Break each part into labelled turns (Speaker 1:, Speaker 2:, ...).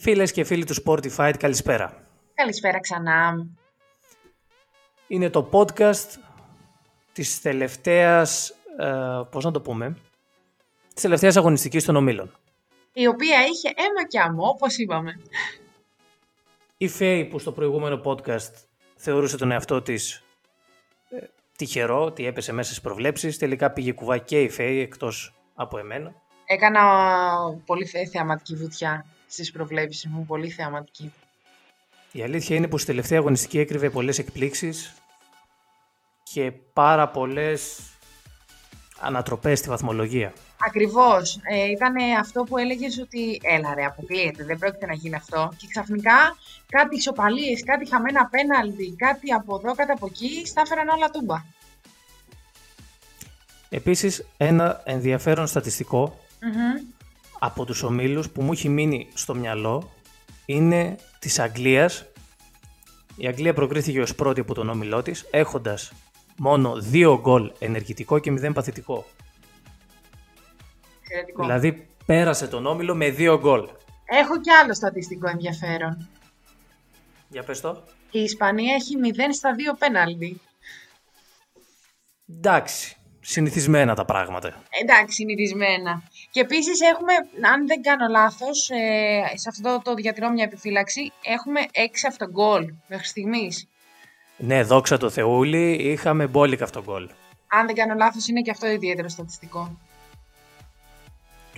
Speaker 1: Φίλες και φίλοι του Sportify, καλησπέρα.
Speaker 2: Καλησπέρα ξανά.
Speaker 1: Είναι το podcast της τελευταίας, ε, πώς να το πούμε, της τελευταίας αγωνιστικής των ομίλων.
Speaker 2: Η οποία είχε αίμα και αμό, όπως είπαμε.
Speaker 1: Η Φέη που στο προηγούμενο podcast θεωρούσε τον εαυτό της ε, τυχερό, ότι έπεσε μέσα στις προβλέψεις, τελικά πήγε κουβά και η Φέη εκτός από εμένα.
Speaker 2: Έκανα πολύ θε- θεαματική βουτιά στις προβλέψεις μου, πολύ θεαματική.
Speaker 1: Η αλήθεια είναι πως η τελευταία αγωνιστική έκρυβε πολλές εκπλήξεις και πάρα πολλές ανατροπές στη βαθμολογία.
Speaker 2: Ακριβώς. Ε, ήταν αυτό που έλεγες ότι έλα ρε, αποκλείεται, δεν πρόκειται να γίνει αυτό. Και ξαφνικά κάτι ισοπαλίες, κάτι χαμένα πέναλτι, κάτι από εδώ, κάτι από εκεί, στάφεραν όλα τούμπα.
Speaker 1: Επίσης, ένα ενδιαφέρον στατιστικό
Speaker 2: Μμμ.
Speaker 1: από τους ομίλους που μου έχει μείνει στο μυαλό είναι της Αγγλίας. Η Αγγλία προκρίθηκε ως πρώτη από τον όμιλό της, έχοντας μόνο δύο γκολ ενεργητικό και μηδέν παθητικό.
Speaker 2: Εξαιρετικό.
Speaker 1: Δηλαδή, πέρασε τον όμιλο με δύο γκολ.
Speaker 2: Έχω και άλλο στατιστικό ενδιαφέρον.
Speaker 1: Για πες το.
Speaker 2: Η Ισπανία έχει 0 στα 2 πέναλτι.
Speaker 1: Εντάξει, συνηθισμένα τα πράγματα.
Speaker 2: Εντάξει, συνηθισμένα. Και επίσης έχουμε, αν δεν κάνω λάθος, σε αυτό το διατηρώ μια επιφύλαξη, έχουμε 6 αυτογκολ μέχρι στιγμής.
Speaker 1: Ναι, δόξα τω Θεούλη, είχαμε μπόλικα αυτόν γκολ.
Speaker 2: Αν δεν κάνω λάθος, είναι και αυτό ιδιαίτερο στατιστικό.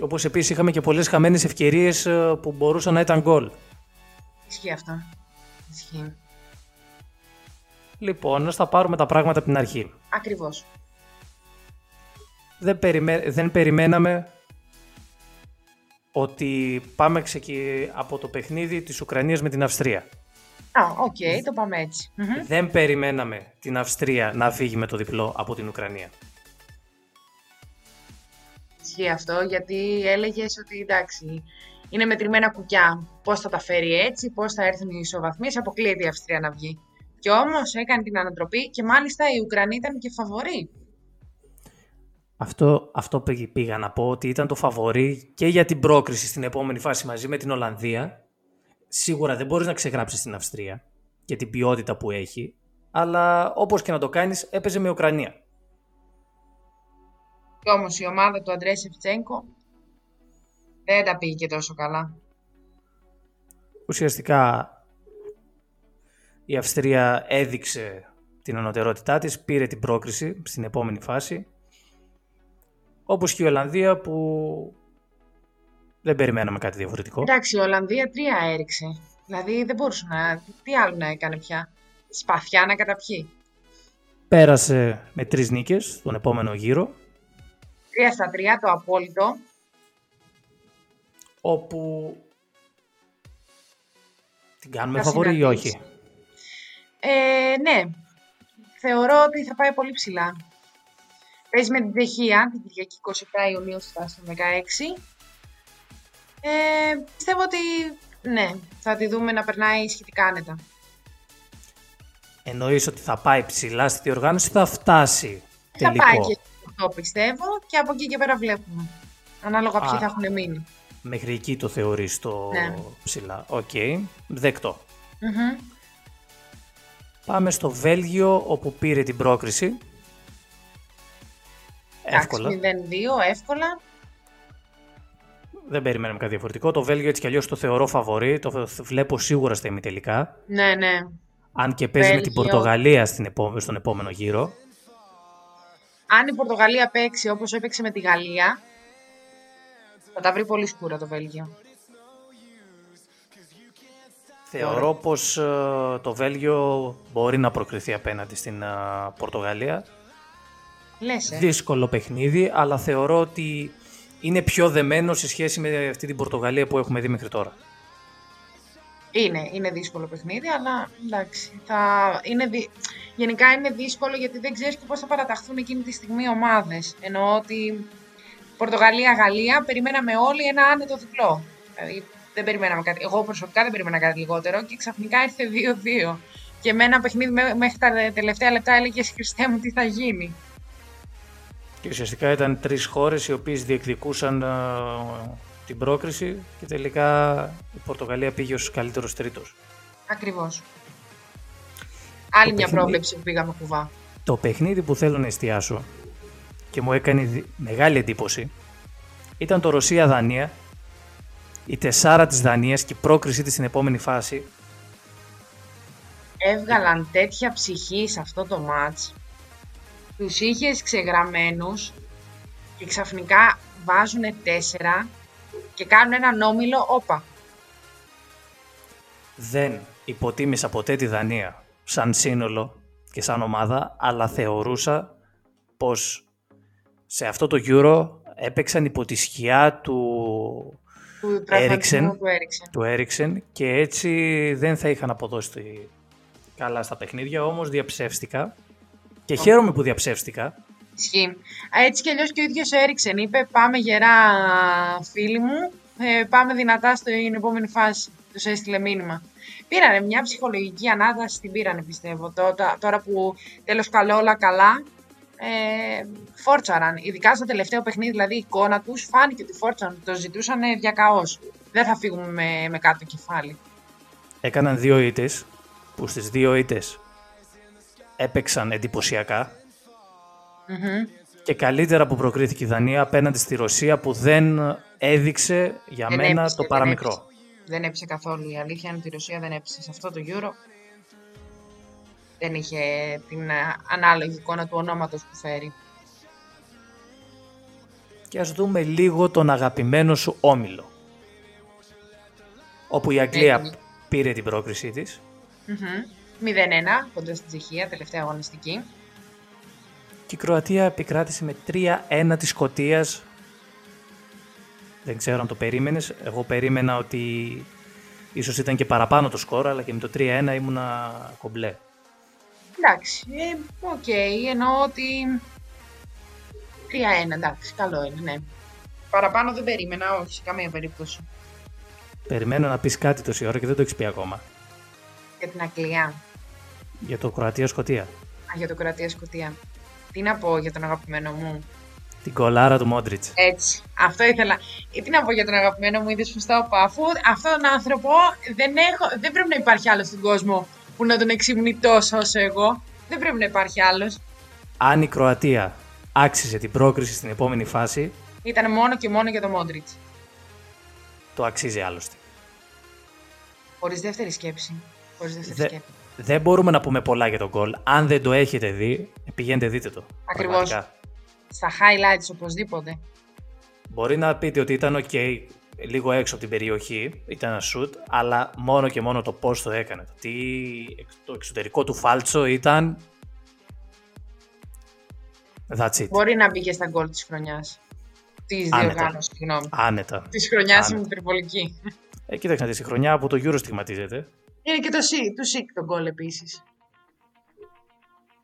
Speaker 1: Όπως επίσης είχαμε και πολλές χαμένες ευκαιρίες ε, που μπορούσαν να ήταν γκολ.
Speaker 2: Ισχύει αυτό. Ισχύει.
Speaker 1: Λοιπόν, ας τα πάρουμε τα πράγματα από την αρχή.
Speaker 2: Ακριβώς.
Speaker 1: Δεν, περιμέ... δεν περιμέναμε ότι πάμε ξεκι... από το παιχνίδι της Ουκρανίας με την Αυστρία.
Speaker 2: Α, οκ, το πάμε έτσι. Μμμ.
Speaker 1: Δεν περιμέναμε την Αυστρία να φύγει με το διπλό από την Ουκρανία.
Speaker 2: Ισχύει αυτό, γιατί έλεγες ότι εντάξει, είναι μετρημένα κουκιά. Πώς θα τα φέρει έτσι, πώς θα έρθουν οι ισοβαθμίες, αποκλείεται η Αυστρία να βγει. Και όμως έκανε την ανατροπή και μάλιστα η Ουκρανοί ήταν και φαβοροί.
Speaker 1: Αυτό, αυτό πήγε- πήγα να πω ότι ήταν το φαβορή και για την πρόκριση στην επόμενη φάση μαζί με την Ολλανδία. Σίγουρα δεν μπορείς να ξεγράψεις την Αυστρία και την ποιότητα που έχει, αλλά όπως και να το κάνεις έπαιζε με Ουκρανία.
Speaker 2: Κι όμως η ομάδα του Αντρέ Σεφτσέγκο δεν τα πήγε και τόσο καλά.
Speaker 1: ουσιαστικά η Αυστρία έδειξε την ανωτερότητά της, πήρε την πρόκριση στην επόμενη φάση. Όπως και η Ολλανδία που δεν περιμέναμε κάτι διαφορετικό.
Speaker 2: Εντάξει, η Ολλανδία τρία έριξε. Δηλαδή δεν μπορούσε να. Τι άλλο να έκανε πια. Σπαθιά να καταπιεί.
Speaker 1: Πέρασε με τρεις νίκες τον επόμενο γύρο,
Speaker 2: Τρία στα τρία το απόλυτο.
Speaker 1: όπου την κάνουμε
Speaker 2: Θα
Speaker 1: φαβορή ή
Speaker 2: συγκρατήσει.
Speaker 1: όχι.
Speaker 2: Ε, ναι, θεωρώ ότι θα πάει πολύ ψηλά. Παίζει με την Τσεχία την Κυριακή 27 Ιουνίου στα 16. Ε, πιστεύω ότι ναι, θα τη δούμε να περνάει σχετικά άνετα.
Speaker 1: Εννοείς ότι θα πάει ψηλά στη διοργάνωση, θα φτάσει τελικό.
Speaker 2: Θα πάει και αυτό πιστεύω και από εκεί και πέρα βλέπουμε. Ανάλογα ποιοι
Speaker 1: Α.
Speaker 2: θα έχουν μείνει.
Speaker 1: Μέχρι εκεί το θεωρείς το
Speaker 2: Ναι.
Speaker 1: ψηλά. Οκ, δεκτό.
Speaker 2: Μμμ.
Speaker 1: Πάμε στο Βέλγιο όπου πήρε την πρόκριση. Εύκολα.
Speaker 2: Εντάξει, 0-2, εύκολα.
Speaker 1: Δεν περιμέναμε κάτι διαφορετικό. Το Βέλγιο έτσι κι αλλιώς το θεωρώ φαβορή. Το βλέπω σίγουρα στα ημιτελικά.
Speaker 2: Ναι, ναι.
Speaker 1: Αν και παίζει με την
Speaker 2: Βέλγιο.
Speaker 1: Πορτογαλία στην επό- στον επόμενο γύρο.
Speaker 2: Αν η Πορτογαλία παίξει όπως έπαιξε με τη Γαλλία, θα τα βρει πολύ σκούρα το Βέλγιο.
Speaker 1: Θεωρώ πως ε, το Βέλγιο μπορεί να προκριθεί απέναντι στην ε, Πορτογαλία.
Speaker 2: Λες, ε.
Speaker 1: Δύσκολο παιχνίδι, αλλά θεωρώ ότι είναι πιο δεμένο σε σχέση με αυτή την Πορτογαλία που έχουμε δει μέχρι τώρα.
Speaker 2: Είναι, είναι δύσκολο παιχνίδι, αλλά εντάξει. Θα είναι δυ- Γενικά είναι δύσκολο γιατί δεν ξέρεις και πώς θα παραταχθούν εκείνη τη στιγμή οι ομάδες. Εννοώ ότι Πορτογαλία-Γαλλία περιμέναμε όλοι ένα άνετο διπλό. Δηλαδή, δεν περιμέναμε κάτι. Εγώ προσωπικά δεν περίμενα κάτι λιγότερο και ξαφνικά ήρθε 2-2. Και με ένα παιχνίδι μέ- μέχρι τα τελευταία λεπτά έλεγε Χριστέ μου τι θα γίνει.
Speaker 1: Και ουσιαστικά ήταν τρεις χώρες οι οποίες διεκδικούσαν ε, την πρόκριση και τελικά η Πορτογαλία πήγε ως καλύτερος τρίτος.
Speaker 2: Ακριβώς. Άλλη μια
Speaker 1: παιχνίδι-
Speaker 2: πρόβλεψη που πήγαμε κουβά.
Speaker 1: Το παιχνίδι που θέλω να εστιάσω και μου έκανε δι- μεγάλη εντύπωση ήταν το Ρωσία-Δανία, η τεσσάρα της Δανίας και η πρόκρισή της στην επόμενη φάση.
Speaker 2: Έβγαλαν τέτοια ψυχή σε αυτό το μάτς. Τους είχες ξεγραμμένους και ξαφνικά βάζουν τέσσερα και κάνουν έναν όμιλο όπα.
Speaker 1: Δεν υποτίμησα ποτέ τη Δανία σαν σύνολο και σαν ομάδα, αλλά θεωρούσα πως σε αυτό το Euro έπαιξαν υπό τη σκιά του
Speaker 2: Του
Speaker 1: Έριξεν.
Speaker 2: τραυματισμού του Έριξεν.
Speaker 1: του Έριξεν και έτσι δεν θα είχαν αποδώσει τη- καλά στα παιχνίδια, όμως διαψεύστηκα και χαίρομαι που διαψεύστηκα.
Speaker 2: Ισχύει. Έτσι κι αλλιώς και ο ίδιος έριξε. Είπε: Πάμε γερά, φίλοι μου. Ε, πάμε δυνατά στην επόμενη φάση. Τους έστειλε μήνυμα. Πήρανε μια ψυχολογική ανάταση, την πήρανε πιστεύω. Τώρα, τώρα που τέλος καλό όλα καλά, ε, φόρτσαραν. Ειδικά στο τελευταίο παιχνίδι, δηλαδή η εικόνα τους φάνηκε ότι φόρτσαραν. Το ζητούσαν διακαώ. Δεν θα φύγουμε με, με κάτω κεφάλι.
Speaker 1: Έκαναν δύο ήττες που στις δύο ήττες έπαιξαν εντυπωσιακά
Speaker 2: Μμμ.
Speaker 1: και καλύτερα που προκρίθηκε η Δανία απέναντι στη Ρωσία που δεν έδειξε για
Speaker 2: Δεν
Speaker 1: μένα
Speaker 2: έπεισε,
Speaker 1: το
Speaker 2: δεν
Speaker 1: παραμικρό.
Speaker 2: έπεισε. Δεν έπεισε καθόλου. Η αλήθεια είναι ότι η Ρωσία δεν έπεισε σε αυτό το Euro. Δεν είχε την ε, ανάλογη εικόνα του ονόματος που φέρει.
Speaker 1: Και ας δούμε λίγο τον αγαπημένο σου όμιλο. Όπου η Αγγλία
Speaker 2: Έτοιμη.
Speaker 1: πήρε την πρόκρισή της
Speaker 2: Μμμ. 0-1 κοντά στην Τσεχία, τελευταία αγωνιστική.
Speaker 1: Και η Κροατία επικράτησε με 3-1 της Σκωτίας. Δεν ξέρω αν το περίμενες. Εγώ περίμενα ότι ίσως ήταν και παραπάνω το σκορ, αλλά και με το 3-1 ήμουνα κομπλέ.
Speaker 2: Εντάξει, ε, οκ, εννοώ ότι 3-1, εντάξει, καλό είναι, ναι. Παραπάνω δεν περίμενα, όχι, σε καμία περίπτωση.
Speaker 1: Περιμένω να πεις κάτι τόση ώρα και δεν το έχεις πει ακόμα.
Speaker 2: Για την Αγγλία.
Speaker 1: Για το Κροατία-Σκωτία.
Speaker 2: Α, για το Κροατία Σκοτία. Τι να πω για τον αγαπημένο μου.
Speaker 1: Την κολάρα του Μόντριτς.
Speaker 2: Έτσι. Αυτό ήθελα. Ε, Τι να πω για τον αγαπημένο μου, είδες που στα Αφού αυτόν τον άνθρωπο δεν, έχω, δεν πρέπει να υπάρχει άλλος στον κόσμο που να τον εξυμνεί τόσο όσο εγώ. Δεν πρέπει να υπάρχει άλλος.
Speaker 1: Αν η Κροατία άξιζε την πρόκριση στην επόμενη φάση,
Speaker 2: Ήταν μόνο και μόνο για τον Μόντριτ.
Speaker 1: το αξίζει άλλωστε.
Speaker 2: Χωρίς δεύτερη σκέψη. Χωρίς δεύτερη
Speaker 1: Δε-
Speaker 2: σκέψη.
Speaker 1: δεν μπορούμε να πούμε πολλά για τον γκολ. Αν δεν το έχετε δει, πηγαίνετε δείτε το.
Speaker 2: Ακριβώς.
Speaker 1: Πραγματικά.
Speaker 2: Στα highlights οπωσδήποτε.
Speaker 1: Μπορεί να πείτε ότι ήταν ok λίγο έξω από την περιοχή, ήταν ένα σουτ, αλλά μόνο και μόνο το πώς το έκανε. Το, τι, το εξωτερικό του φάλτσο ήταν... That's it.
Speaker 2: Μπορεί να μπει και στα γκολ της χρονιάς. Της
Speaker 1: Άνετα.
Speaker 2: διοργάνωση, συγγνώμη.
Speaker 1: Άνετα.
Speaker 2: Της χρονιάς
Speaker 1: Άνετα.
Speaker 2: είναι υπερβολική.
Speaker 1: Ε, κοίταξε να δεις, η χρονιά που το Euro στιγματίζεται.
Speaker 2: Είναι και το ΣΥΚ, του ΣΥΚ τον γκολ επίση.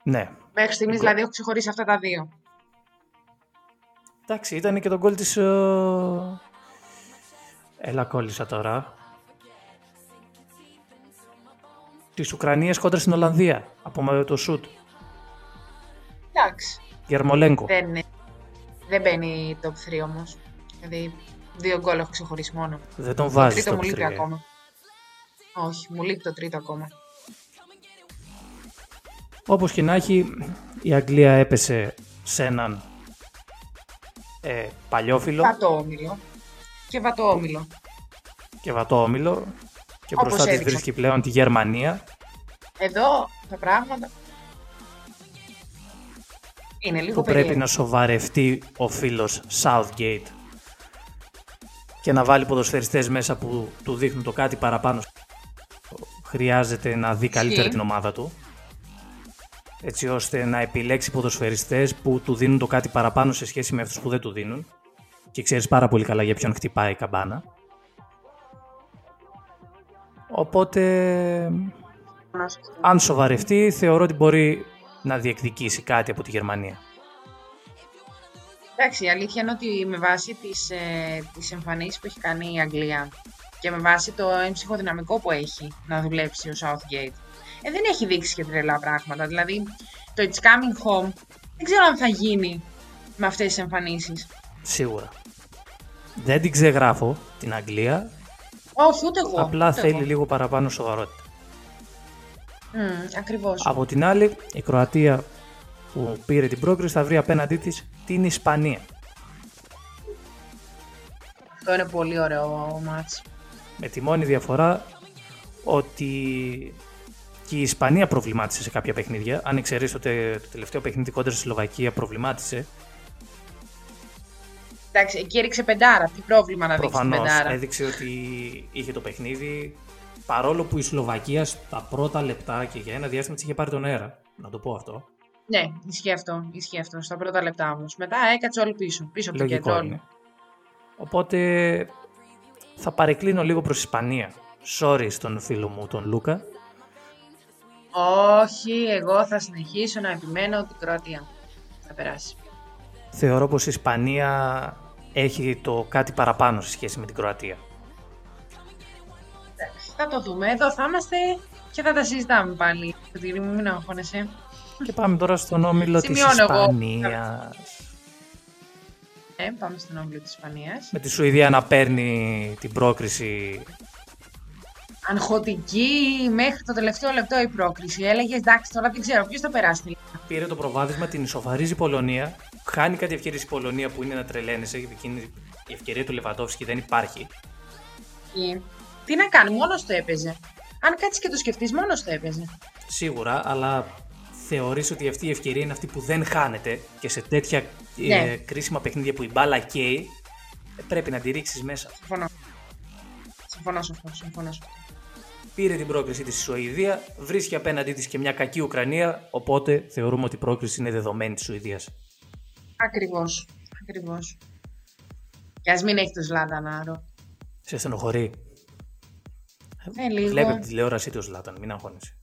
Speaker 1: Ναι.
Speaker 2: Μέχρι στιγμής
Speaker 1: Γκολ.
Speaker 2: δηλαδή έχω ξεχωρίσει αυτά τα δύο.
Speaker 1: Εντάξει, ήταν και το γκολ της... ε, Έλα κόλλησα τώρα. Της Ουκρανίας κόντρα στην Ολλανδία. Από με- το σουτ.
Speaker 2: Εντάξει.
Speaker 1: Γερμολέγκο.
Speaker 2: Δεν, ε, δεν μπαίνει top 3 όμως. Δηλαδή, δύο γκολ έχω ξεχωρίσει μόνο.
Speaker 1: Δεν τον
Speaker 2: Το
Speaker 1: βάζεις
Speaker 2: τρίτο
Speaker 1: στο
Speaker 2: μου λείπει
Speaker 1: 3.
Speaker 2: ακόμα. Όχι, μου λείπει το τρίτο ακόμα.
Speaker 1: Όπως και να έχει, η Αγγλία έπεσε σε έναν ε, παλιόφιλο
Speaker 2: Βατό όμιλο. Και βατό όμιλο.
Speaker 1: και βατό όμιλο και
Speaker 2: Όπως
Speaker 1: μπροστά της
Speaker 2: έδειξε.
Speaker 1: βρίσκει πλέον τη Γερμανία.
Speaker 2: Εδώ τα πράγματα. Είναι λίγο
Speaker 1: που πρέπει
Speaker 2: περίεργο.
Speaker 1: να σοβαρευτεί ο φίλος Southgate και να βάλει ποδοσφαιριστές μέσα που του δείχνουν το κάτι παραπάνω. Χρειάζεται να δει καλύτερα
Speaker 2: Ισχύει.
Speaker 1: την ομάδα του έτσι ώστε να επιλέξει ποδοσφαιριστές που του δίνουν το κάτι παραπάνω σε σχέση με αυτούς που δεν του δίνουν και ξέρεις πάρα πολύ καλά για ποιον χτυπάει η καμπάνα. Οπότε αν σοβαρευτεί θεωρώ ότι μπορεί να διεκδικήσει κάτι από τη Γερμανία.
Speaker 2: Εντάξει, η αλήθεια είναι ότι με βάση τις, ε, τις εμφανίσεις που έχει κάνει η Αγγλία και με βάση το έμψυχο δυναμικό που έχει να δουλέψει ο Southgate, ε, δεν έχει δείξει και τρελά πράγματα. Δηλαδή, το It's Coming Home δεν ξέρω αν θα γίνει με αυτές τις εμφανίσεις.
Speaker 1: Σίγουρα. Δεν την ξεγράφω την Αγγλία.
Speaker 2: Όχι, ούτε εγώ.
Speaker 1: απλά
Speaker 2: ούτε
Speaker 1: θέλει
Speaker 2: εγώ.
Speaker 1: λίγο παραπάνω σοβαρότητα.
Speaker 2: Μμμ, ακριβώς.
Speaker 1: Από την άλλη, η Κροατία που πήρε την πρόκριση θα βρει απέναντί της την Ισπανία.
Speaker 2: Αυτό είναι πολύ ωραίο μάτς.
Speaker 1: Με τη μόνη διαφορά ότι και η Ισπανία προβλημάτισε σε κάποια παιχνίδια. Αν εξαιρείς το, τε- το τελευταίο παιχνίδι κόντρα στη Σλοβακία προβλημάτισε.
Speaker 2: Εντάξει, εκεί έριξε πεντάρα. Τι πρόβλημα να δείξεις
Speaker 1: Προφανώς
Speaker 2: πεντάρα.
Speaker 1: έδειξε ότι είχε το παιχνίδι. Παρόλο που η Σλοβακία στα πρώτα λεπτά και για ένα διάστημα της είχε πάρει τον αέρα. Να το πω αυτό.
Speaker 2: Ναι, ισχύει αυτό. Ισχύει αυτό. Στα πρώτα λεπτά όμως. Μετά έκατσε όλοι πίσω. Πίσω από το κέντρο.
Speaker 1: Λογικό
Speaker 2: όλοι.
Speaker 1: είναι. Οπότε θα παρεκκλίνω λίγο προς Ισπανία. Sorry στον φίλο μου τον Λούκα.
Speaker 2: Όχι, εγώ θα συνεχίσω να επιμένω ότι η Κροατία θα περάσει.
Speaker 1: Θεωρώ πως η Ισπανία έχει το κάτι παραπάνω σε σχέση με την Κροατία.
Speaker 2: Εντάξει, θα το δούμε. Εδώ θα είμαστε και θα τα συζητάμε πάλι. Κωτήρι μου, μην αγχώνεσαι.
Speaker 1: Και πάμε τώρα στον όμιλο της
Speaker 2: Σημειώνω εγώ.
Speaker 1: Ισπανίας.
Speaker 2: Ε, πάμε στον όμιλο της Ισπανίας.
Speaker 1: Με τη Σουηδία να παίρνει την πρόκριση.
Speaker 2: Αγχωτική μέχρι το τελευταίο λεπτό η πρόκριση. Έλεγες εντάξει, τώρα δεν ξέρω ποιος θα περάσει. τελικά».
Speaker 1: Πήρε το προβάδισμα, την ισοφαρίζει η Πολωνία. Χάνει κάτι ευκαιρίες η Πολωνία που είναι να τρελαίνεσαι. γιατί εκείνη η ευκαιρία του Λεβαντόφσκι δεν υπάρχει.
Speaker 2: Ε, Τι να κάνει, μόνος το έπαιζε. Αν κάτσεις και το σκεφτείς, μόνος το έπαιζε.
Speaker 1: Σίγουρα, αλλά θεωρείς ότι αυτή η ευκαιρία είναι αυτή που δεν χάνεται και σε τέτοια ε,
Speaker 2: Ναι.
Speaker 1: κρίσιμα παιχνίδια που η μπάλα καίει, ε, πρέπει να τη ρίξεις μέσα.
Speaker 2: Συμφωνώ. Συμφωνώ σε αυτό. Συμφωνώ σε αυτό.
Speaker 1: Πήρε την πρόκριση της η Σουηδία, βρίσκει απέναντί της και μια κακή Ουκρανία, οπότε θεωρούμε ότι η πρόκριση είναι δεδομένη της Σουηδίας.
Speaker 2: Ακριβώς. Ακριβώς. Και ας μην έχει το Ζλάταν Άρο.
Speaker 1: Σε στενοχωρεί.
Speaker 2: Ε, λίγο.
Speaker 1: Βλέπει από τη τηλεόρασή του ο Ζλάταν, μην αγχώνεσαι.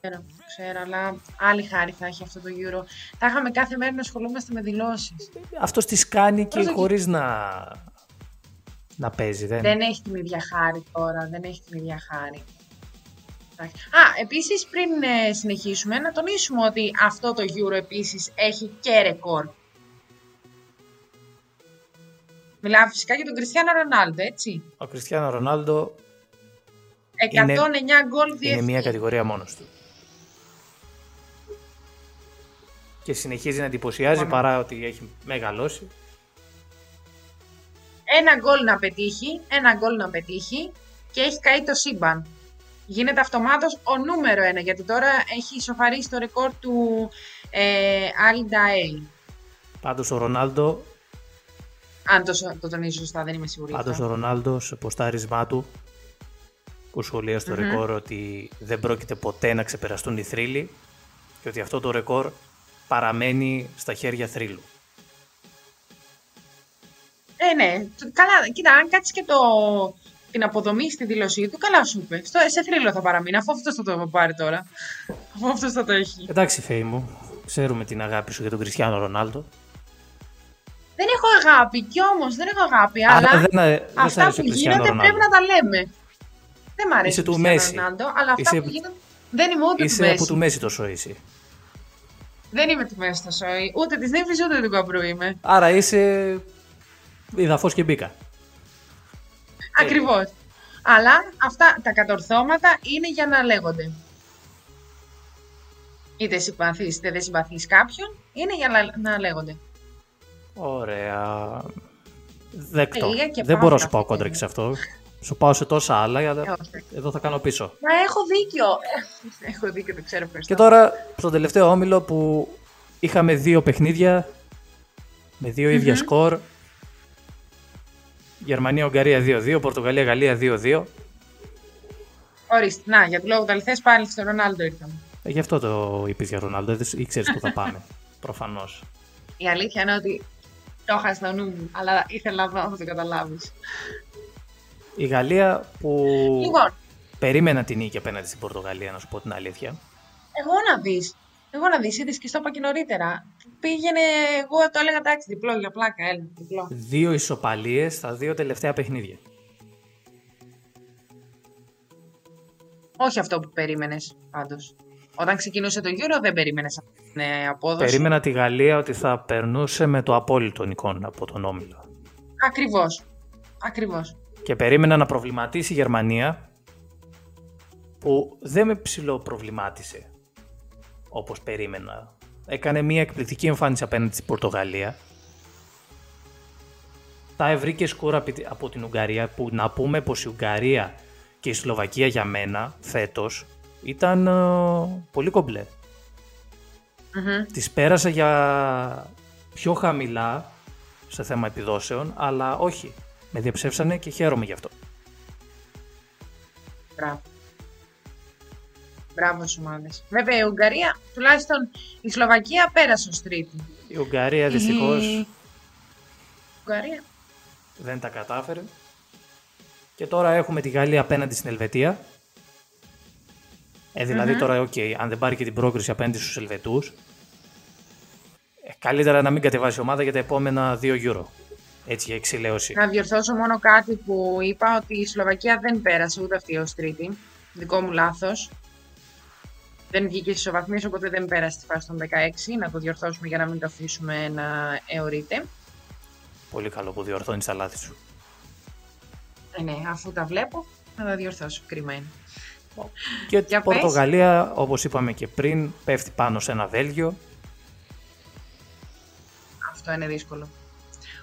Speaker 2: Ξέρω, ξέρω, αλλά άλλη χάρη θα έχει αυτό το γύρο. Τα είχαμε κάθε μέρα να ασχολούμαστε με δηλώσεις.
Speaker 1: Αυτός τις κάνει και
Speaker 2: Προσοχή.
Speaker 1: χωρίς να, να παίζει. Δεν.
Speaker 2: Δεν έχει την ίδια χάρη τώρα, δεν έχει την ίδια χάρη. Εντάξει. Α, επίσης πριν ε, συνεχίσουμε, να τονίσουμε ότι αυτό το Euro επίσης έχει και ρεκόρ. Μιλάμε φυσικά για τον Κριστιανό Ρονάλντο, έτσι.
Speaker 1: Ο Κριστιανό Ρονάλντο
Speaker 2: 109
Speaker 1: Είναι-
Speaker 2: γκολ
Speaker 1: είναι μια
Speaker 2: διεθνή.
Speaker 1: κατηγορία μόνος του. Και συνεχίζει να εντυπωσιάζει
Speaker 2: Μόνο.
Speaker 1: παρά ότι έχει μεγαλώσει.
Speaker 2: Ένα γκολ να πετύχει, ένα γκολ να πετύχει και έχει καεί το σύμπαν. Γίνεται αυτομάτως ο νούμερο ένα, γιατί τώρα έχει σοφαρίσει το ρεκόρ του ε, Al Daei.
Speaker 1: Πάντως ο Ρονάλντο,
Speaker 2: Αν το, σο- το τονίζω σωστά, δεν είμαι σίγουρη.
Speaker 1: πάντως ο Ρονάλντο σε ποστάρισμά του που σχολίασε στο
Speaker 2: Μμμ.
Speaker 1: ρεκόρ ότι δεν πρόκειται ποτέ να ξεπεραστούν οι θρύλοι και ότι αυτό το ρεκόρ παραμένει στα χέρια θρύλου.
Speaker 2: Ε, ναι. Τ- Καλά, κοίτα, αν κάτσεις και το, την αποδομή στη δήλωσή του, καλά σου είπε. Στο, σε θρύλο θα παραμείνει, αφού αυτό θα το πάρει τώρα. Αφού αυτό θα το έχει.
Speaker 1: Εντάξει Φέη μου, ξέρουμε την αγάπη σου για τον Κριστιανό Ρονάλντο.
Speaker 2: Δεν έχω αγάπη, κι όμως δεν έχω αγάπη, αλλά
Speaker 1: Άρα δεν, δεν σ'
Speaker 2: αυτά
Speaker 1: άρεσε
Speaker 2: που
Speaker 1: ο Κριστιανό
Speaker 2: γίνονται
Speaker 1: Ρονάλντο.
Speaker 2: πρέπει να τα λέμε. Δεν μ' αρέσει
Speaker 1: Είσαι του
Speaker 2: ο Κριστιανό
Speaker 1: Μέση.
Speaker 2: Ρονάλντο, αλλά αυτά
Speaker 1: Είσαι-
Speaker 2: που γίνονται. Δεν είμαι ούτε του
Speaker 1: Είσαι από
Speaker 2: Μέση.
Speaker 1: του μέση τόσο είσαι.
Speaker 2: Δεν είμαι του Μέση στο σόι. Ούτε της Νύφης ούτε του Καπρού είμαι.
Speaker 1: Άρα είσαι υδαφός και μπήκα.
Speaker 2: Ακριβώς. Αλλά αυτά τα κατορθώματα είναι για να λέγονται. Είτε συμπαθείς είτε δεν συμπαθείς κάποιον, είναι για να, να λέγονται.
Speaker 1: Ωραία. Δεκτό.
Speaker 2: Τελεία και
Speaker 1: Δεν
Speaker 2: πάμε
Speaker 1: μπορώ να
Speaker 2: τα
Speaker 1: σου πάω κόντρα και σε αυτό. Σου πάω σε τόσα άλλα,
Speaker 2: Ε,
Speaker 1: αλλά
Speaker 2: όχι.
Speaker 1: εδώ θα κάνω πίσω.
Speaker 2: Μα έχω δίκιο. Ε, έχω δίκιο, το ξέρω
Speaker 1: Και
Speaker 2: ευχαριστώ.
Speaker 1: τώρα στον τελευταίο όμιλο που είχαμε δύο παιχνίδια με δύο ίδια
Speaker 2: Μμμ.
Speaker 1: σκορ. Γερμανία-Ουγγαρία 2-2, Πορτογαλία-Γαλλία 2-2.
Speaker 2: Ορίστε, να, για του λόγου τα λυθές πάλι στο Ρονάλντο ήρθαμε.
Speaker 1: Ε, Γι' αυτό το είπες για Ρονάλντο, δεν ήξερες που θα πάμε. Προφανώς.
Speaker 2: Η αλήθεια είναι ότι το είχα στο νου μου, αλλά ήθελα να το καταλάβεις.
Speaker 1: Η Γαλλία που
Speaker 2: Λοιπόν,
Speaker 1: περίμενα την νίκη απέναντι στην Πορτογαλία, να σου πω την αλήθεια.
Speaker 2: Εγώ να δεις. Εγώ να δεις, είδες και στο είπα και νωρίτερα. Πήγαινε, εγώ το έλεγα εντάξει, διπλό για πλάκα, έλα, διπλό.
Speaker 1: Δύο ισοπαλίες στα δύο τελευταία παιχνίδια.
Speaker 2: Όχι αυτό που περίμενες, πάντως. Όταν ξεκινούσε το γύρο, δεν περίμενες αυτή την ε, απόδοση.
Speaker 1: Περίμενα τη Γαλλία ότι θα περνούσε με το απόλυτο εικόνα από τον Όμιλο.
Speaker 2: Ακριβώς. Ακριβώς.
Speaker 1: Και περίμενα να προβληματίσει η Γερμανία που δεν με ψηλοπροβλημάτισε όπως περίμενα. Έκανε μια εκπληκτική εμφάνιση απέναντι στην Πορτογαλία. Τα ευρήκε σκούρα από την Ουγγαρία που να πούμε πως η Ουγγαρία και η Σλοβακία για μένα φέτος ήταν ε, πολύ κομπλέ.
Speaker 2: Μμμ.
Speaker 1: Τις πέρασα για πιο χαμηλά σε θέμα επιδόσεων, αλλά όχι. Με διαψεύσανε και χαίρομαι γι' αυτό.
Speaker 2: Μπράβο. Μπράβο στους ομάδες. Βέβαια η Ουγγαρία, τουλάχιστον η Σλοβακία πέρασε ως τρίτη.
Speaker 1: Η
Speaker 2: Ε.
Speaker 1: Ουγγαρία Ε, δυστυχώς
Speaker 2: Η Ουγγαρία.
Speaker 1: δεν τα κατάφερε. Και τώρα έχουμε τη Γαλλία απέναντι στην Ελβετία. Ε, δηλαδη τώρα, οκ, αν δεν πάρει και την πρόκριση απέναντι στους Ελβετούς, ε, καλύτερα να μην κατεβάσει η ομάδα για τα επόμενα 2 Euro. Έτσι, για εξηλαίωση.
Speaker 2: Να διορθώσω μόνο κάτι που είπα, ότι η Σλοβακία δεν πέρασε ούτε αυτή ως τρίτη. Δικό μου λάθος. Δεν βγήκε στις ισοβαθμίες, οπότε δεν πέρασε τη φάση των 16. Να το διορθώσουμε για να μην το αφήσουμε να αιωρείται.
Speaker 1: Πολύ καλό που διορθώνεις τα λάθη σου.
Speaker 2: Ε, ναι, αφού τα βλέπω, να τα διορθώσω. Κρίμα είναι.
Speaker 1: Και η
Speaker 2: Για πες.
Speaker 1: Πορτογαλία, όπως είπαμε και πριν, πέφτει πάνω σε ένα Βέλγιο.
Speaker 2: Αυτό είναι δύσκολο.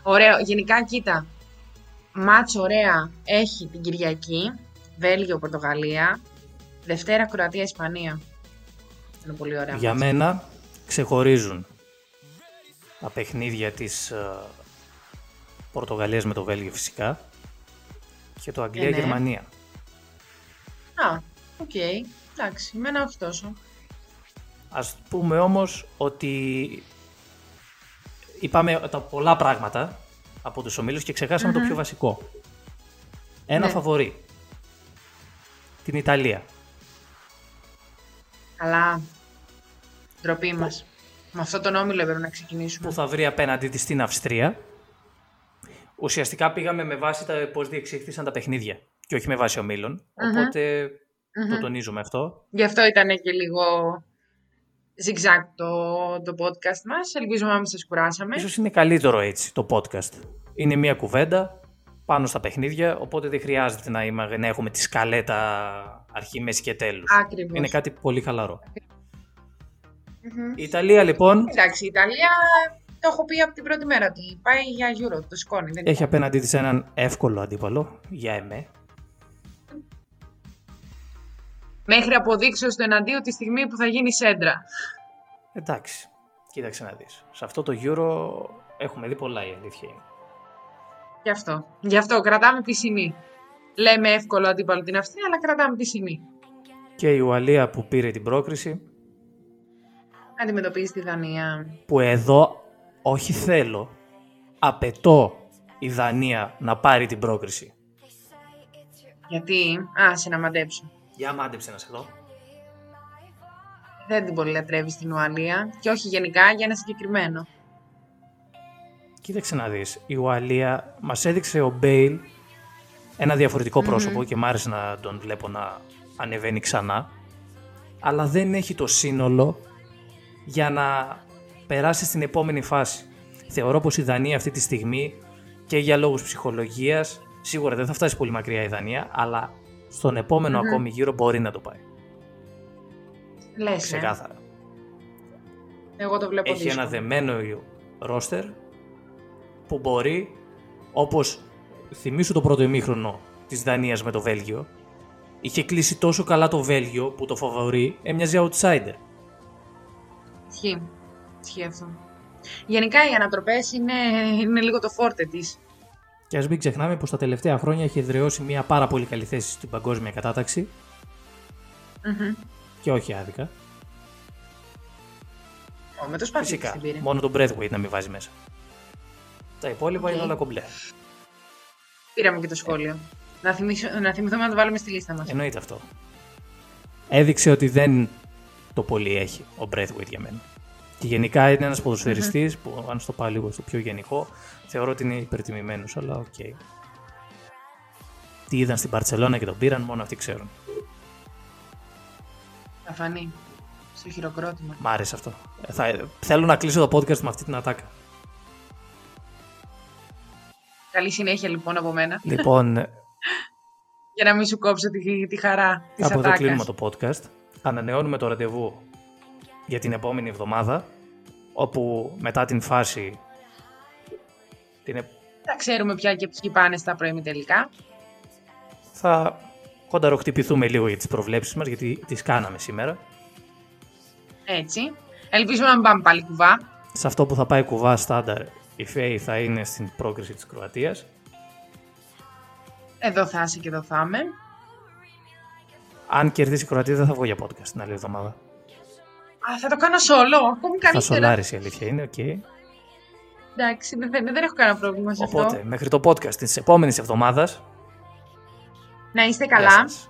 Speaker 2: Ωραίο. Γενικά, κοίτα. Μάτς ωραία έχει την Κυριακή. Βέλγιο, Πορτογαλία. Δευτέρα, Κροατία, Ισπανία. Είναι πολύ ωραία.
Speaker 1: Για
Speaker 2: μάτς.
Speaker 1: μένα ξεχωρίζουν τα παιχνίδια της ε, Πορτογαλίας με το Βέλγιο φυσικά και το
Speaker 2: Ε, ναι.
Speaker 1: Αγγλία-Γερμανία.
Speaker 2: Α, οκ. Εντάξει, εμένα όχι τόσο.
Speaker 1: Ας πούμε όμως ότι είπαμε τα πολλά πράγματα από τους ομίλους και ξεχάσαμε το πιο βασικό. Ένα
Speaker 2: Ναι.
Speaker 1: φαβορί. Την Ιταλία.
Speaker 2: Αλλά ντροπή μας. Με αυτόν τον όμιλο έπρεπε να ξεκινήσουμε.
Speaker 1: που θα βρει απέναντί της στην Αυστρία. Ουσιαστικά πήγαμε με βάση τα πώς διεξήχθησαν τα παιχνίδια και όχι με βάση ομίλων. οποτε το τονίζουμε αυτό.
Speaker 2: Γι' αυτό ήταν και λίγο zigzag το, το podcast μας. Ελπίζω να μην σας κουράσαμε.
Speaker 1: Ίσως είναι καλύτερο έτσι το podcast. Είναι μια κουβέντα πάνω στα παιχνίδια, οπότε δεν χρειάζεται να, είμα- να έχουμε τη σκαλέτα αρχή, μέση και τέλους.
Speaker 2: Ακριβώς.
Speaker 1: Είναι κάτι πολύ χαλαρό.
Speaker 2: Μμμ.
Speaker 1: Η Ιταλία λοιπόν
Speaker 2: Εντάξει, η Ιταλία το έχω πει από την πρώτη μέρα ότι πάει για Euro, το σηκώνει. Δεν
Speaker 1: έχει απέναντί της έναν εύκολο αντίπαλο, για εμέ.
Speaker 2: Μέχρι αποδείξεως του εναντίου τη στιγμή που θα γίνει σέντρα.
Speaker 1: Εντάξει, κοίταξε να δεις. Σε αυτό το Euro έχουμε δει πολλά η αλήθεια είναι.
Speaker 2: Γι' αυτό. Γι' αυτό κρατάμε πισινή. Λέμε εύκολο αντίπαλο την Αυστρία, αλλά κρατάμε πισινή.
Speaker 1: και η Ουαλία που πήρε την πρόκριση
Speaker 2: Αντιμετωπίζει τη Δανία.
Speaker 1: που εδώ όχι θέλω απαιτώ η Δανία να πάρει την πρόκριση
Speaker 2: Γιατί. Α, σε να μαντέψω.
Speaker 1: για μάντεψε να σε δω
Speaker 2: Δεν την πολύ λατρεύει στην Ουαλία. Και όχι γενικά για ένα συγκεκριμένο.
Speaker 1: κοίταξε να δεις η Ουαλία μας έδειξε ο Μπέιλ ένα διαφορετικό πρόσωπο και μ' άρεσε να τον βλέπω να ανεβαίνει ξανά αλλά δεν έχει το σύνολο για να περάσει στην επόμενη φάση. Θεωρώ πως η Δανία αυτή τη στιγμή και για λόγους ψυχολογίας σίγουρα δεν θα φτάσει πολύ μακριά η Δανία αλλά στον επόμενο ακόμη γύρο μπορεί να το πάει.
Speaker 2: Λες.
Speaker 1: Ξεκάθαρα.
Speaker 2: ε. Εγώ το βλέπω
Speaker 1: Έχει ένα
Speaker 2: δύσκολο.
Speaker 1: δεμένο ρόστερ που μπορεί όπως θυμίσου το πρώτο ημίχρονο της Δανίας με το Βέλγιο είχε κλείσει τόσο καλά το Βέλγιο που το φαβορεί έμοιαζε outsider.
Speaker 2: Ισχύει. Ισχύει αυτό. Γενικά οι ανατροπές είναι, είναι λίγο το φόρτε της.
Speaker 1: Και ας μην ξεχνάμε πως τα τελευταία χρόνια έχει εδραιώσει μια πάρα πολύ καλή θέση στην παγκόσμια κατάταξη και όχι άδικα.
Speaker 2: Με το σπαθί
Speaker 1: Φυσικά.
Speaker 2: την πήρε.
Speaker 1: Μόνο τον Breathway να μην βάζει μέσα. Τα υπόλοιπα είναι όλα κομπλέ.
Speaker 2: Πήραμε και το σχόλιο. Να, θυμίσω, να θυμηθούμε να το βάλουμε στη λίστα μας.
Speaker 1: Εννοείται αυτό. Έδειξε ότι δεν το πολύ έχει ο Breathway για μένα. Και γενικά είναι ένας που, αν στο πάω λίγο στο πιο γενικό, θεωρώ ότι είναι υπερτιμημένος, αλλά οκ. Τι είδαν στην Παρσελώνα και τον πήραν, μόνο αυτοί ξέρουν.
Speaker 2: Θα φανεί. Στο χειροκρότημα.
Speaker 1: Μ' άρεσε αυτό. Ε, Θα, θέλω να κλείσω το podcast με αυτή την ατάκα.
Speaker 2: Καλή συνέχεια λοιπόν από μένα.
Speaker 1: Λοιπόν,
Speaker 2: Για να μην σου κόψω τη, τη χαρά τη
Speaker 1: από εδώ
Speaker 2: ατάκας.
Speaker 1: κλείνουμε το podcast. Ανανεώνουμε το ραντεβού για την επόμενη εβδομάδα, όπου μετά την φάση... Την, ε-
Speaker 2: Θα ξέρουμε πια και ποιοι πάνε στα πρωιμή τελικά.
Speaker 1: θα κονταροχτυπηθούμε λίγο για τις προβλέψεις μας, γιατί τις κάναμε σήμερα.
Speaker 2: Έτσι. Ελπίζουμε να μην πάμε πάλι κουβά.
Speaker 1: Σε αυτό που θα πάει κουβά στάνταρ, η ΦΕΗ θα είναι στην πρόκριση της Κροατίας.
Speaker 2: Εδώ θα είσαι και εδώ θα είμαι.
Speaker 1: Αν κερδίσει η Κροατία δεν θα βγω για podcast την άλλη εβδομάδα.
Speaker 2: Α, θα το κάνω solo. Ακόμη
Speaker 1: Θα
Speaker 2: καλύτερα.
Speaker 1: σολάρεις η αλήθεια είναι, οκ.
Speaker 2: Εντάξει, δεν, δεν, δεν έχω κανένα πρόβλημα σε αυτό.
Speaker 1: Οπότε, μέχρι το podcast της επόμενης εβδομάδας.
Speaker 2: Να είστε
Speaker 1: γεια
Speaker 2: καλά.
Speaker 1: σας.